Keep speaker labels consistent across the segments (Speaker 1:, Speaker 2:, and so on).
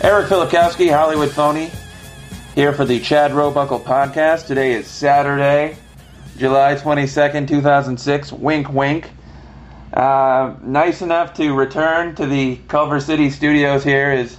Speaker 1: Eric Filipkowski, Hollywood Phony, here for the Chad Robuckle podcast. Today is Saturday, July 22nd, 2006. Wink, wink. Uh, nice enough to return to the Culver City studios here is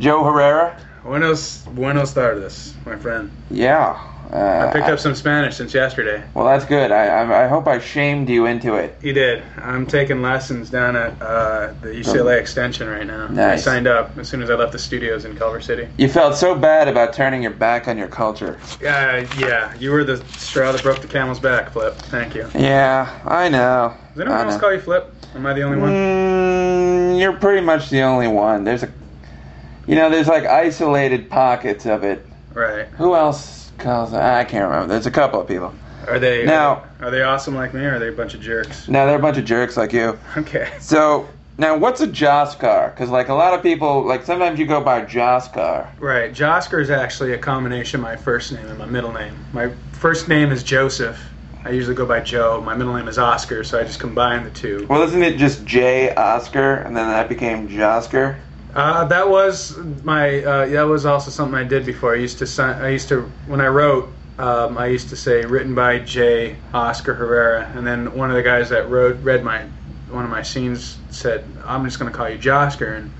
Speaker 1: Joe Herrera.
Speaker 2: Buenos, buenos tardes, my friend.
Speaker 1: Yeah. Uh,
Speaker 2: I picked up some Spanish since yesterday.
Speaker 1: Well, that's good. I, I, I hope I shamed you into it.
Speaker 2: You did. I'm taking lessons down at uh, the UCLA Extension right now. I
Speaker 1: Oh. Nice.
Speaker 2: signed up as soon as I left the studios in Culver City.
Speaker 1: You felt so bad about turning your back on your culture.
Speaker 2: Uh, yeah, you were the straw that broke the camel's back, Flip. Thank you.
Speaker 1: Yeah, I know.
Speaker 2: Does anyone
Speaker 1: I
Speaker 2: else
Speaker 1: know.
Speaker 2: call you Flip? Am I the only one?
Speaker 1: Mm, you're pretty much the only one. There's a, you know, there's like isolated pockets of it.
Speaker 2: Right.
Speaker 1: Who else calls? I can't remember. There's a couple of people.
Speaker 2: Are they
Speaker 1: Now-
Speaker 2: Are they awesome like me, or are they a bunch of jerks?
Speaker 1: Now they're a bunch of jerks like you.
Speaker 2: Okay.
Speaker 1: So now, what's a Joss car? Because like a lot of people, like sometimes you go by Joss car.
Speaker 2: Right. Josker is actually a combination of my first name and my middle name. My first name is Joseph. I usually go by Joe. My middle name is Oscar, so I just combine the two.
Speaker 1: Well, isn't it just J Oscar, and then that became Josker?
Speaker 2: Uh, that was my. Uh, that was also something I did before. I used to. Sign, I used to when I wrote. Um, I used to say written by J. Oscar Herrera, and then one of the guys that wrote read my one of my scenes said, "I'm just going to call you Josker," and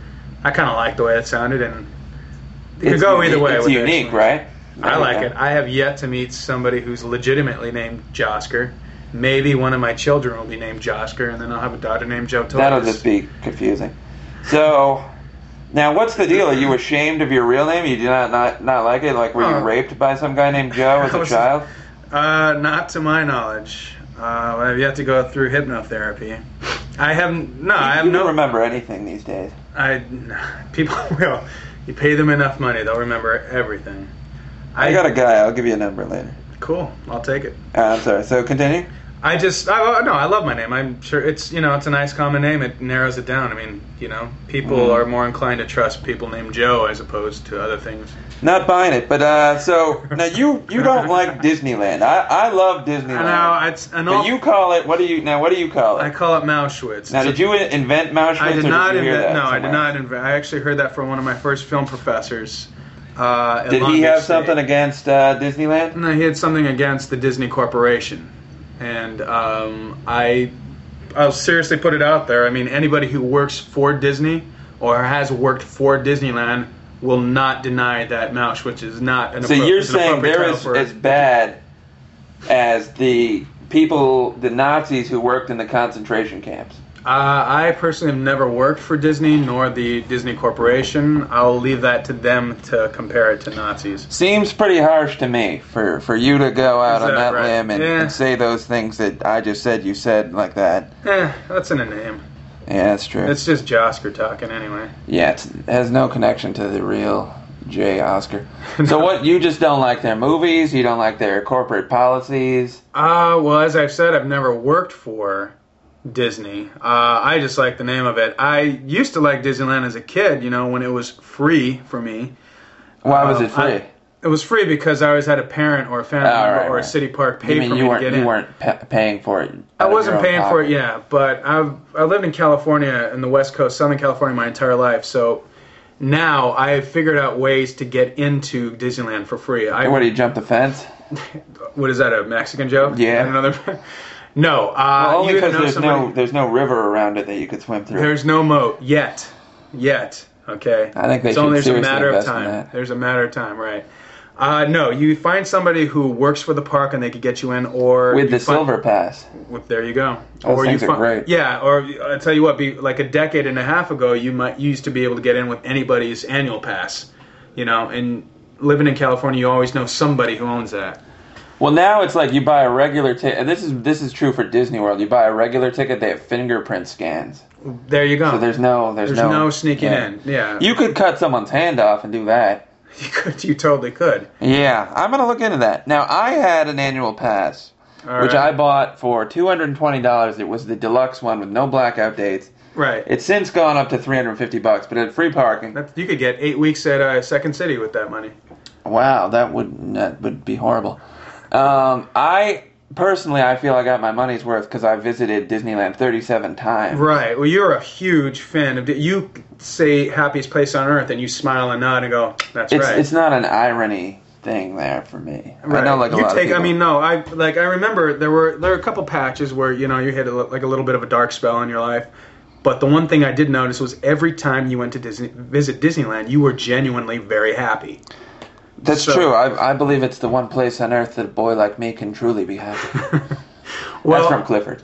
Speaker 2: I kind of liked the way it sounded, and it could go either way.
Speaker 1: It's
Speaker 2: with it.
Speaker 1: unique, right?
Speaker 2: I like
Speaker 1: Yeah.
Speaker 2: it. I have yet to meet somebody who's legitimately named Josker. Maybe one of my children will be named Josker, and then I'll have a daughter named Joe Torres.
Speaker 1: That'll just be confusing. So, now what's the deal? Are you ashamed of your real name? You do not not, not like it? Like, were you
Speaker 2: Huh.
Speaker 1: raped by some guy named Joe as
Speaker 2: Oh. I
Speaker 1: a
Speaker 2: was-
Speaker 1: child?
Speaker 2: Uh, not to my knowledge. Uh, I've yet to go through hypnotherapy. I haven't. No, I have
Speaker 1: you don't
Speaker 2: no.
Speaker 1: remember anything these days.
Speaker 2: I people will. You pay them enough money, they'll remember everything.
Speaker 1: I, got a guy. I'll give you a number later.
Speaker 2: cool. I'll take it.
Speaker 1: Uh, I'm sorry. So continue.
Speaker 2: I just. I, no, I love my name. I'm sure it's you know it's a nice common name. It narrows it down. I mean, you know, people
Speaker 1: Mhm.
Speaker 2: are more inclined to trust people named Joe as opposed to other things.
Speaker 1: Not buying it, but uh, so now you you don't like Disneyland. I, I love
Speaker 2: I
Speaker 1: Disneyland.
Speaker 2: know it's an
Speaker 1: But
Speaker 2: all.
Speaker 1: you call it what do you now? What do you call it?
Speaker 2: I call it Mauschwitz.
Speaker 1: now,
Speaker 2: It's a-
Speaker 1: did you invent Mauschwitz?
Speaker 2: I
Speaker 1: or
Speaker 2: did
Speaker 1: you
Speaker 2: not
Speaker 1: hear
Speaker 2: invent.
Speaker 1: that
Speaker 2: No, I
Speaker 1: somewhere?
Speaker 2: did not invent. I actually heard that from one of my first film professors. Uh, at
Speaker 1: Did
Speaker 2: Long
Speaker 1: he
Speaker 2: Beach
Speaker 1: have
Speaker 2: State.
Speaker 1: something against uh, Disneyland?
Speaker 2: No, he had something against the Disney Corporation, and um, I, I'll seriously put it out there. I mean, anybody who works for Disney or has worked for Disneyland will not deny that Mouse, which is not an.
Speaker 1: So
Speaker 2: appro-
Speaker 1: you're
Speaker 2: is an
Speaker 1: saying
Speaker 2: appropriate
Speaker 1: they're
Speaker 2: title
Speaker 1: as,
Speaker 2: for-
Speaker 1: as bad as the people, the Nazis who worked in the concentration camps.
Speaker 2: Uh, I personally have never worked for Disney nor the Disney Corporation. I'll leave that to them to compare it to Nazis.
Speaker 1: Seems pretty harsh to me for, for you to go out
Speaker 2: Is
Speaker 1: on that
Speaker 2: that right?
Speaker 1: limb and,
Speaker 2: Yeah.
Speaker 1: and say those things that I just said you said like that.
Speaker 2: Eh, that's in a name.
Speaker 1: Yeah, that's true.
Speaker 2: It's just Josker talking anyway.
Speaker 1: yeah, it's, it has no connection to the real J. Oscar. So what? You just don't like their movies. You don't like their corporate policies.
Speaker 2: Uh, well, as I've said, I've never worked for Disney. Uh, I just like the name of it. I used to like Disneyland as a kid, you know, when it was free for me.
Speaker 1: Why was
Speaker 2: Um,
Speaker 1: it free?
Speaker 2: I- It was free because I always had a parent or a family
Speaker 1: Oh,
Speaker 2: member
Speaker 1: right,
Speaker 2: or
Speaker 1: right.
Speaker 2: a city park
Speaker 1: you
Speaker 2: paid
Speaker 1: mean
Speaker 2: for
Speaker 1: you
Speaker 2: me to get
Speaker 1: weren't you
Speaker 2: in.
Speaker 1: weren't pa- paying for it?
Speaker 2: I
Speaker 1: out of your
Speaker 2: wasn't
Speaker 1: own
Speaker 2: paying for it,
Speaker 1: pocket?
Speaker 2: yeah, but I've I lived in California in the West Coast, Southern California, my entire life. So now I have figured out ways to get into Disneyland for free. I
Speaker 1: What do you jump the fence?
Speaker 2: what is that a Mexican joke?
Speaker 1: Yeah.
Speaker 2: Another. no, uh,
Speaker 1: Well, only
Speaker 2: you
Speaker 1: because
Speaker 2: know
Speaker 1: there's
Speaker 2: somebody,
Speaker 1: no there's no river around it that you could swim through.
Speaker 2: There's no moat yet. Yet. Okay.
Speaker 1: I think they
Speaker 2: it's
Speaker 1: should
Speaker 2: only there's a
Speaker 1: seriously
Speaker 2: matter of
Speaker 1: invest in
Speaker 2: time.
Speaker 1: that.
Speaker 2: There's a matter of time, right? Uh, no, you find somebody who works for the park and they could get you in, or
Speaker 1: with
Speaker 2: you
Speaker 1: the
Speaker 2: find-
Speaker 1: silver pass.
Speaker 2: with- there you go.
Speaker 1: Those
Speaker 2: or you
Speaker 1: things are
Speaker 2: find,
Speaker 1: great.
Speaker 2: Yeah, or I tell you what, be like a decade and a half ago, you might you used to be able to get in with anybody's annual pass, you know. And living in California, you always know somebody who owns that.
Speaker 1: Well, now it's like you buy a regular ticket, and this is this is true for Disney World. You buy a regular ticket, they have fingerprint scans,
Speaker 2: There you go.
Speaker 1: so there's no there's,
Speaker 2: There's
Speaker 1: no
Speaker 2: no, sneaking in. Yeah,
Speaker 1: You could cut someone's hand off and do that.
Speaker 2: you could, you totally could.
Speaker 1: Yeah, I'm gonna look into that. Now I had an annual pass,
Speaker 2: All
Speaker 1: which
Speaker 2: right.
Speaker 1: I bought for two hundred and twenty dollars. It was the deluxe one with no blackout dates.
Speaker 2: right.
Speaker 1: It's since gone up to three hundred and fifty bucks, but at free parking.
Speaker 2: That, you could get eight weeks at uh, Second City with that money.
Speaker 1: Wow, that would that would be horrible. Um, I personally, I feel I got my money's worth because I visited Disneyland 37 times.
Speaker 2: Right. Well, you're a huge fan of. You say happiest place on earth, and you smile and nod and go, "That's
Speaker 1: It's
Speaker 2: right."
Speaker 1: it's not an irony thing there for me. I know like a
Speaker 2: you
Speaker 1: lot
Speaker 2: take.
Speaker 1: of people.
Speaker 2: I mean, no. I like. I remember there were there were a couple patches where you know you hit a, li- like a little bit of a dark spell in your life. But the one thing I did notice was every time you went to Disney visit Disneyland, you were genuinely very happy.
Speaker 1: that's
Speaker 2: so-
Speaker 1: true. I I believe it's the one place on earth that a boy like me can truly be happy.
Speaker 2: Well,
Speaker 1: that's from Clifford.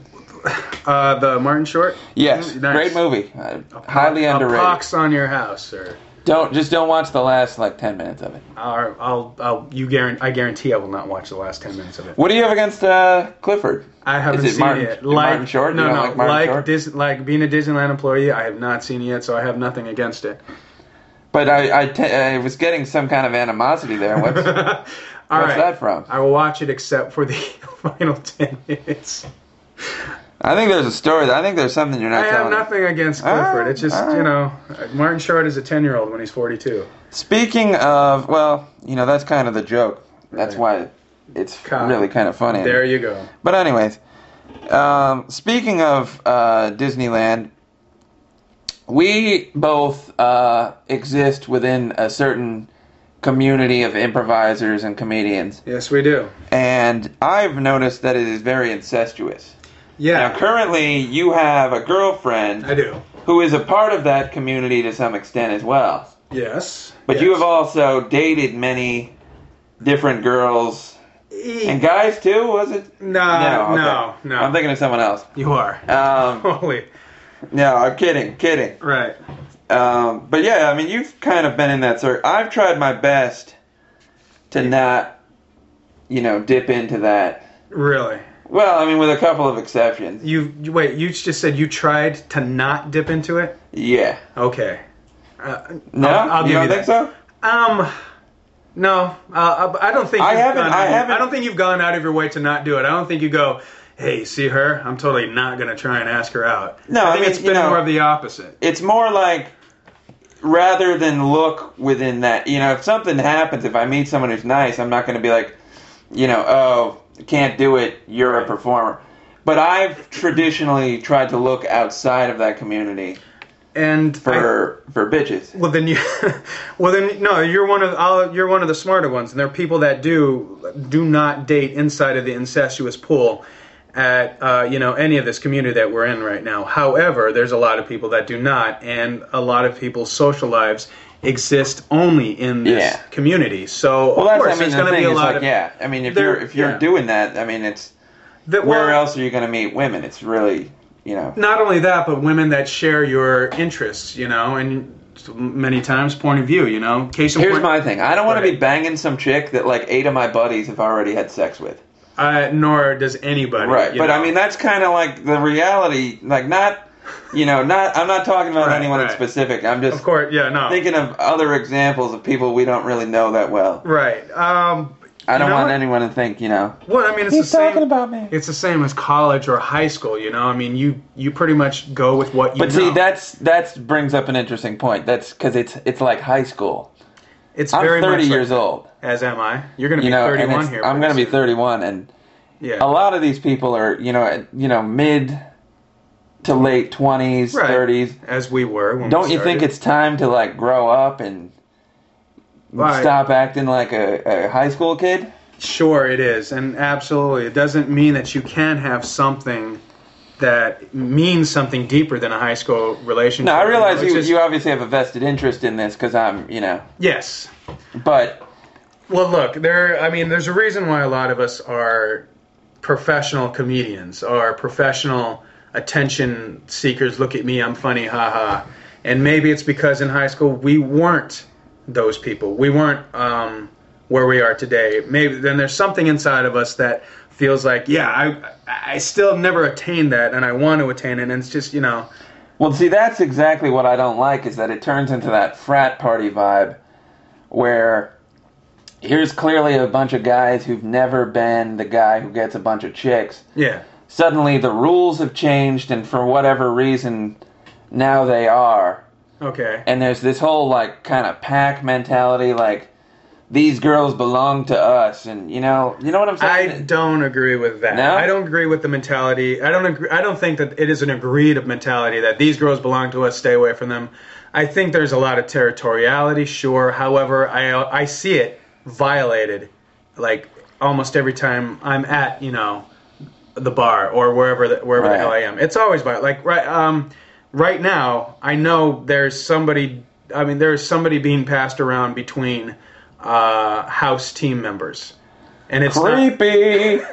Speaker 2: uh, the Martin Short.
Speaker 1: Yes,
Speaker 2: Nice.
Speaker 1: great movie. Uh, highly
Speaker 2: a
Speaker 1: underrated.
Speaker 2: Pox on your house, sir.
Speaker 1: Don't just don't watch the last like ten minutes of it.
Speaker 2: I'll, I'll, I'll you guarantee, I guarantee I will not watch the last ten minutes of it.
Speaker 1: What do you have against uh, Clifford?
Speaker 2: I haven't
Speaker 1: Is it
Speaker 2: seen
Speaker 1: Martin-
Speaker 2: it.
Speaker 1: Martin Short?
Speaker 2: No,
Speaker 1: You don't
Speaker 2: no.
Speaker 1: like Martin Short?
Speaker 2: Dis, like being a Disneyland employee, I have not seen it yet, so I have nothing against it.
Speaker 1: But I I, te- I was getting some kind of animosity there. What's, what's
Speaker 2: All right.
Speaker 1: that from?
Speaker 2: I will watch it except for the final ten minutes.
Speaker 1: I think there's a story. I think there's something you're not
Speaker 2: I have
Speaker 1: telling. Ah, us.
Speaker 2: nothing against
Speaker 1: All
Speaker 2: Clifford.
Speaker 1: right,
Speaker 2: It's just
Speaker 1: all right.
Speaker 2: you know, Martin Short is a ten-year-old when he's forty-two.
Speaker 1: Speaking of, well, you know that's kind of the joke. That's why it's
Speaker 2: God.
Speaker 1: really kind of funny.
Speaker 2: There you go.
Speaker 1: But anyways, um, speaking of uh, Disneyland, we both uh, exist within a certain community of improvisers and comedians,
Speaker 2: Yes, we do.
Speaker 1: and I've noticed that it is very incestuous. Now,
Speaker 2: Yeah,
Speaker 1: currently, you have a
Speaker 2: I
Speaker 1: girlfriend
Speaker 2: do.
Speaker 1: who is a part of that community to some extent as well.
Speaker 2: Yes.
Speaker 1: But you
Speaker 2: Yes.
Speaker 1: have also dated many different girls
Speaker 2: E-
Speaker 1: and guys too, was it?
Speaker 2: No, no,
Speaker 1: okay.
Speaker 2: no.
Speaker 1: I'm thinking of someone else.
Speaker 2: you are.
Speaker 1: Um,
Speaker 2: Holy.
Speaker 1: no, I'm kidding, kidding.
Speaker 2: Right.
Speaker 1: Um, but yeah, I mean, you've kind of been in that circle. I've tried my best to not, you know, dip into that.
Speaker 2: Really.
Speaker 1: Well, I mean, with a couple of exceptions.
Speaker 2: You you- wait. You just said you tried to not dip into it.
Speaker 1: Yeah.
Speaker 2: Okay. Uh,
Speaker 1: No,
Speaker 2: I'll, I'll
Speaker 1: you don't
Speaker 2: give you
Speaker 1: think
Speaker 2: that.
Speaker 1: so?
Speaker 2: Um. No, uh, I I don't think
Speaker 1: I
Speaker 2: you've
Speaker 1: haven't-
Speaker 2: Gone,
Speaker 1: I haven't-
Speaker 2: I don't think you've gone out of your way to not do it. I don't think you go, "Hey, see her? I'm totally not gonna try and ask her out."
Speaker 1: No,
Speaker 2: I
Speaker 1: I
Speaker 2: think
Speaker 1: mean,
Speaker 2: it's
Speaker 1: you
Speaker 2: been
Speaker 1: know-
Speaker 2: more of the opposite.
Speaker 1: It's more like rather than look within that. You know, if something happens, if I meet someone who's nice, I'm not going to be like, you know, oh, can't do it. You're a performer. But I've traditionally tried to look outside of that community
Speaker 2: And I-
Speaker 1: for for bitches.
Speaker 2: well, then you, well then no, you're one of I'll, you're one of the smarter ones, and there are people that do do not date inside of the incestuous pool at uh, you know any of this community that we're in right now. However, there's a lot of people that do not, and a lot of people's social lives exist only in this
Speaker 1: Yeah.
Speaker 2: community. So
Speaker 1: Well,
Speaker 2: of
Speaker 1: that's
Speaker 2: course,
Speaker 1: I mean
Speaker 2: there's
Speaker 1: the
Speaker 2: going to
Speaker 1: thing
Speaker 2: be a
Speaker 1: is
Speaker 2: lot
Speaker 1: like
Speaker 2: of
Speaker 1: yeah. I mean if
Speaker 2: there-
Speaker 1: you're if you're
Speaker 2: yeah.
Speaker 1: doing that, I mean it's
Speaker 2: that,
Speaker 1: where
Speaker 2: well,
Speaker 1: else are you going to meet women? It's really you know
Speaker 2: Not only that, but women that share your interests, you know, and many times point of view, you know. Case in
Speaker 1: Here's
Speaker 2: point,
Speaker 1: my thing. I don't want to
Speaker 2: Right.
Speaker 1: be banging some chick that like eight of my buddies have already had sex with.
Speaker 2: uh, nor does anybody.
Speaker 1: Right.
Speaker 2: you
Speaker 1: But I
Speaker 2: know.
Speaker 1: mean that's kind of like the reality like not you know not I'm not talking about
Speaker 2: Right,
Speaker 1: anyone in
Speaker 2: right.
Speaker 1: specific. I'm just
Speaker 2: Of course, yeah, no.
Speaker 1: thinking of other examples of people we don't really know that well.
Speaker 2: right. Um,
Speaker 1: I don't
Speaker 2: know
Speaker 1: want
Speaker 2: what?
Speaker 1: anyone to think, you know.
Speaker 2: Well, I mean, it's
Speaker 1: He's
Speaker 2: the same.
Speaker 1: talking about me.
Speaker 2: it's the same as college or high school, you know. I mean, you you pretty much go with what you
Speaker 1: But
Speaker 2: know.
Speaker 1: see, that's that's brings up an interesting point. That's because it's it's like high school.
Speaker 2: it's
Speaker 1: I'm
Speaker 2: very
Speaker 1: 30
Speaker 2: much
Speaker 1: years old,
Speaker 2: Like, as am I. You're going to
Speaker 1: you
Speaker 2: be
Speaker 1: know, and
Speaker 2: 31
Speaker 1: it's-
Speaker 2: here.
Speaker 1: I'm
Speaker 2: pretty
Speaker 1: going to be
Speaker 2: soon.
Speaker 1: 31, and
Speaker 2: Yeah.
Speaker 1: a lot of these people are, you know, at- you know, mid to late 20s,
Speaker 2: Right.
Speaker 1: 30s.
Speaker 2: As we were. When
Speaker 1: Don't
Speaker 2: we
Speaker 1: you think
Speaker 2: started.
Speaker 1: it's time to like grow up and
Speaker 2: Right.
Speaker 1: stop acting like a, a high school kid?
Speaker 2: Sure, it is, and absolutely, it doesn't mean that you can have something that means something deeper than a high school relationship.
Speaker 1: No, I realize
Speaker 2: It's
Speaker 1: you
Speaker 2: just-
Speaker 1: you obviously have a vested interest in this because I'm, you know,
Speaker 2: Yes.
Speaker 1: but
Speaker 2: Well, look, there. I mean, there's a reason why a lot of us are professional comedians, are professional attention seekers. Look at me, I'm funny, haha. And maybe it's because in high school we weren't those people. We weren't um, where we are today. Maybe then there's something inside of us that feels like, yeah, I, I still never attained that, and I want to attain it. And it's just, you know,
Speaker 1: Well, see, that's exactly what I don't like is that it turns into that frat party vibe where here's clearly a bunch of guys who've never been the guy who gets a bunch of chicks.
Speaker 2: yeah,
Speaker 1: Suddenly the rules have changed, and for whatever reason, now they are.
Speaker 2: okay,
Speaker 1: And there's this whole, like, kind of pack mentality, like, these girls belong to us, and you know, you know what I'm
Speaker 2: I
Speaker 1: saying.
Speaker 2: don't agree with that.
Speaker 1: No?
Speaker 2: I don't agree with the mentality. I don't agree. I don't think that it is an agreed mentality that these girls belong to us. Stay away from them. I think there's a lot of territoriality, sure. However, I I see it violated, like almost every time I'm at you know the bar or wherever the, wherever
Speaker 1: Right.
Speaker 2: the hell I am. It's always violated. Like right um right now, I know there's somebody. I mean, there's somebody being passed around between uh, house team members. And it's not-
Speaker 1: Creepy.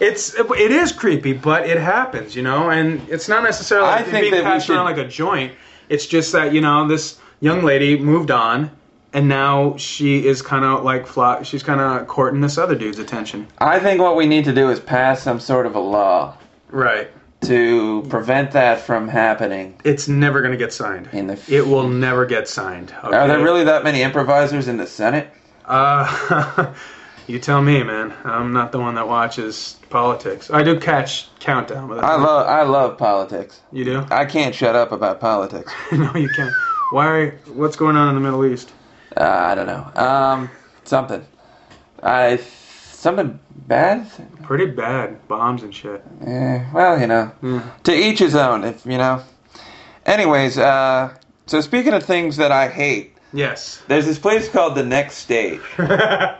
Speaker 2: it's it is creepy, but it happens, you know, and it's not necessarily
Speaker 1: I
Speaker 2: it
Speaker 1: think that
Speaker 2: being
Speaker 1: we
Speaker 2: passed around
Speaker 1: should-
Speaker 2: like a joint. It's just that you know this young lady moved on, and now she is kind of like fly, she's kind of courting this other dude's attention.
Speaker 1: I think what we need to do is pass some sort of a law
Speaker 2: Right.
Speaker 1: to prevent that from happening.
Speaker 2: It's never gonna get signed.
Speaker 1: In the
Speaker 2: it will never get signed. Okay?
Speaker 1: Are there really that many improvisers in the Senate?
Speaker 2: Uh, you tell me, man. I'm not the one that watches politics. I do catch Countdown, but that's
Speaker 1: I
Speaker 2: not-
Speaker 1: love I love politics.
Speaker 2: you do.
Speaker 1: I can't shut up about politics.
Speaker 2: no, you can't. Why? Are, what's going on in the Middle East?
Speaker 1: Uh, I don't know. Um, something. I something bad.
Speaker 2: Pretty bad bombs and shit.
Speaker 1: Eh, well, you know,
Speaker 2: Hmm.
Speaker 1: to each his own. If you know. Anyways, uh, so speaking of things that I hate,
Speaker 2: Yes.
Speaker 1: there's this place called the Next Stage,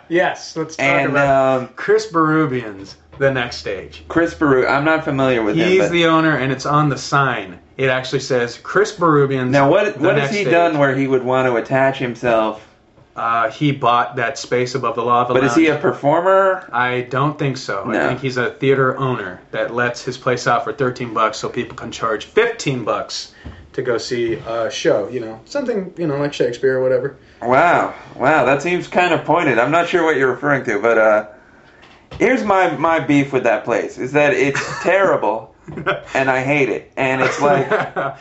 Speaker 2: yes. Let's talk
Speaker 1: and
Speaker 2: about
Speaker 1: um,
Speaker 2: Chris Berubian's The Next Stage.
Speaker 1: Chris Baru. I'm not familiar with him.
Speaker 2: He's
Speaker 1: But
Speaker 2: the owner, and it's on the sign. It actually says Chris Berubian's.
Speaker 1: now, what
Speaker 2: The
Speaker 1: what has
Speaker 2: Next
Speaker 1: he
Speaker 2: Stage.
Speaker 1: done where he would want to attach himself?
Speaker 2: Uh, he bought that space above the lava.
Speaker 1: But is he
Speaker 2: Lounge.
Speaker 1: a performer?
Speaker 2: I don't think so.
Speaker 1: No.
Speaker 2: I think he's a theater owner that lets his place out for 13 bucks so people can charge 15 bucks to go see a show, you know. Something, you know, like Shakespeare or whatever.
Speaker 1: Wow, wow, that seems kind of pointed. I'm not sure what you're referring to, but uh, here's my my beef with that place is that it's terrible, and I hate it. And it's like you know,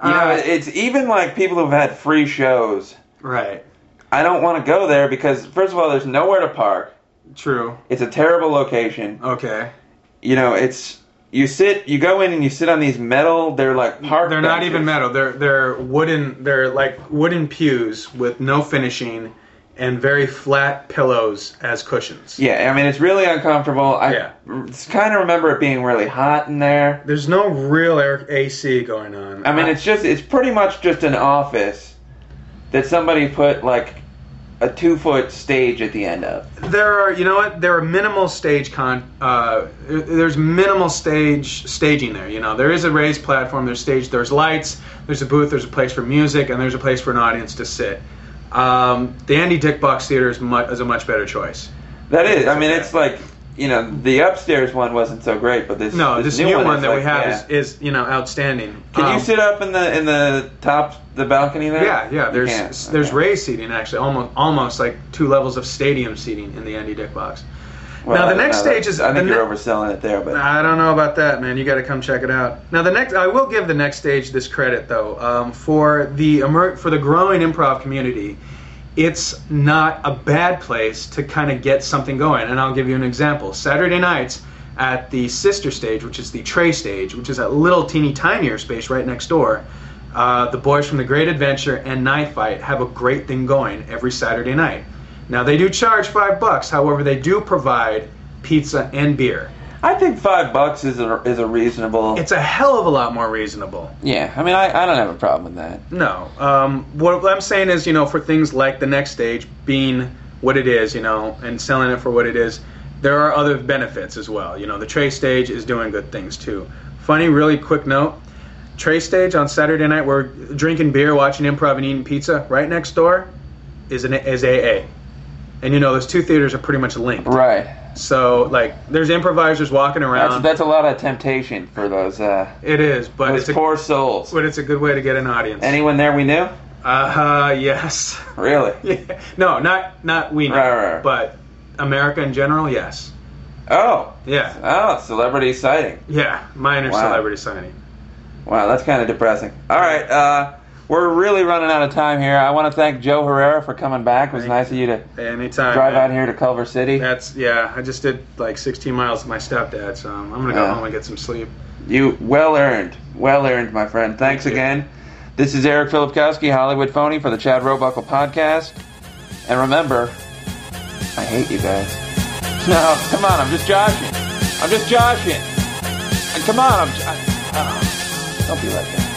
Speaker 2: Uh,
Speaker 1: it's even like people who've had free shows.
Speaker 2: right.
Speaker 1: I don't want to go there because first of all, there's nowhere to park.
Speaker 2: True.
Speaker 1: It's a terrible location.
Speaker 2: Okay.
Speaker 1: You know, it's you sit, you go in and you sit on these metal. They're like park.
Speaker 2: They're not
Speaker 1: benches.
Speaker 2: even metal. They're they're wooden. They're like wooden pews with no finishing, and very flat pillows as cushions.
Speaker 1: Yeah, I mean it's really uncomfortable. I
Speaker 2: Yeah.
Speaker 1: kind of remember it being really hot in there.
Speaker 2: There's no real air AC going on. Uh,
Speaker 1: I mean, it's just it's pretty much just an office that somebody put like a two foot stage at the end of.
Speaker 2: there are you know what there are minimal stage con uh, there's minimal stage staging there you know there is a raised platform there's stage there's lights there's a booth there's a place for music and there's a place for an audience to sit um, the andy dick box theater is, mu- is a much better choice
Speaker 1: That is, I mean, it's like you know the upstairs one wasn't so great, but this
Speaker 2: no this, new, one,
Speaker 1: is
Speaker 2: that we
Speaker 1: like,
Speaker 2: have
Speaker 1: yeah.
Speaker 2: is, is you know outstanding
Speaker 1: Can
Speaker 2: Um,
Speaker 1: you sit up in the in the top the balcony there?
Speaker 2: yeah yeah
Speaker 1: You
Speaker 2: there's
Speaker 1: can't.
Speaker 2: s- there's
Speaker 1: Okay.
Speaker 2: raised seating actually almost almost like two levels of stadium seating in the andy dick box
Speaker 1: Well,
Speaker 2: now
Speaker 1: I
Speaker 2: the
Speaker 1: don't
Speaker 2: next
Speaker 1: know.
Speaker 2: stage is
Speaker 1: I think
Speaker 2: the
Speaker 1: you're
Speaker 2: ne-
Speaker 1: overselling it there, but
Speaker 2: I don't know about that, man. You got to come check it out. Now, the next, I will give the next stage this credit though, um, for the emer- for the growing improv community. It's not a bad place to kind of get something going, and I'll give you an example. Saturday nights at the sister stage, which is the Tray stage, which is that little teeny tinier space right next door. Uh, the boys from the Great Adventure and Knife Fight have a great thing going every Saturday night. Now they do charge five bucks, however, they do provide pizza and beer.
Speaker 1: I think five bucks is a is a reasonable.
Speaker 2: It's a hell of a lot more reasonable.
Speaker 1: yeah, I mean, I, I don't have a problem with that.
Speaker 2: No. Um, what I'm saying is, you know, for things like the next stage being what it is, you know, and selling it for what it is, there are other benefits as well. You know, the Trey stage is doing good things too. Funny, really quick note Trey stage on Saturday night, we're drinking beer, watching improv, and eating pizza. Right next door is, an, is AA. And, you know, those two theaters are pretty much linked.
Speaker 1: Right.
Speaker 2: So, like, there's improvisers walking
Speaker 1: That's
Speaker 2: around.
Speaker 1: that's a lot of temptation for those uh,
Speaker 2: it is, Um, but
Speaker 1: those
Speaker 2: it's, a,
Speaker 1: poor souls.
Speaker 2: but it's a good way to get an audience.
Speaker 1: Anyone there we knew?
Speaker 2: Uh, yes.
Speaker 1: Really?
Speaker 2: Yeah. No, not not we know,
Speaker 1: Right, right, right.
Speaker 2: but America in general, yes.
Speaker 1: Oh,
Speaker 2: Yeah,
Speaker 1: oh, celebrity sighting.
Speaker 2: yeah. Minor
Speaker 1: Wow.
Speaker 2: celebrity signing.
Speaker 1: Wow, that's kind of depressing. All right, uh, we're really running out of time here. I want to thank Joe Herrera for coming back. It was
Speaker 2: Thank
Speaker 1: nice of you to
Speaker 2: Anytime.
Speaker 1: drive out
Speaker 2: man.
Speaker 1: here to Culver City.
Speaker 2: That's yeah. I just did like 16 miles with my stepdad, so I'm gonna go
Speaker 1: Yeah.
Speaker 2: home and get some sleep.
Speaker 1: You well earned, well earned, my friend. Thanks
Speaker 2: Thank you.
Speaker 1: again. This is Eric Filipkowski, Hollywood Phony, for the Chad Robuckle podcast. And remember, I hate you guys. No, come on, I'm just joshing. I'm just joshing. And come on, I'm. I, I don't, know. don't be like that.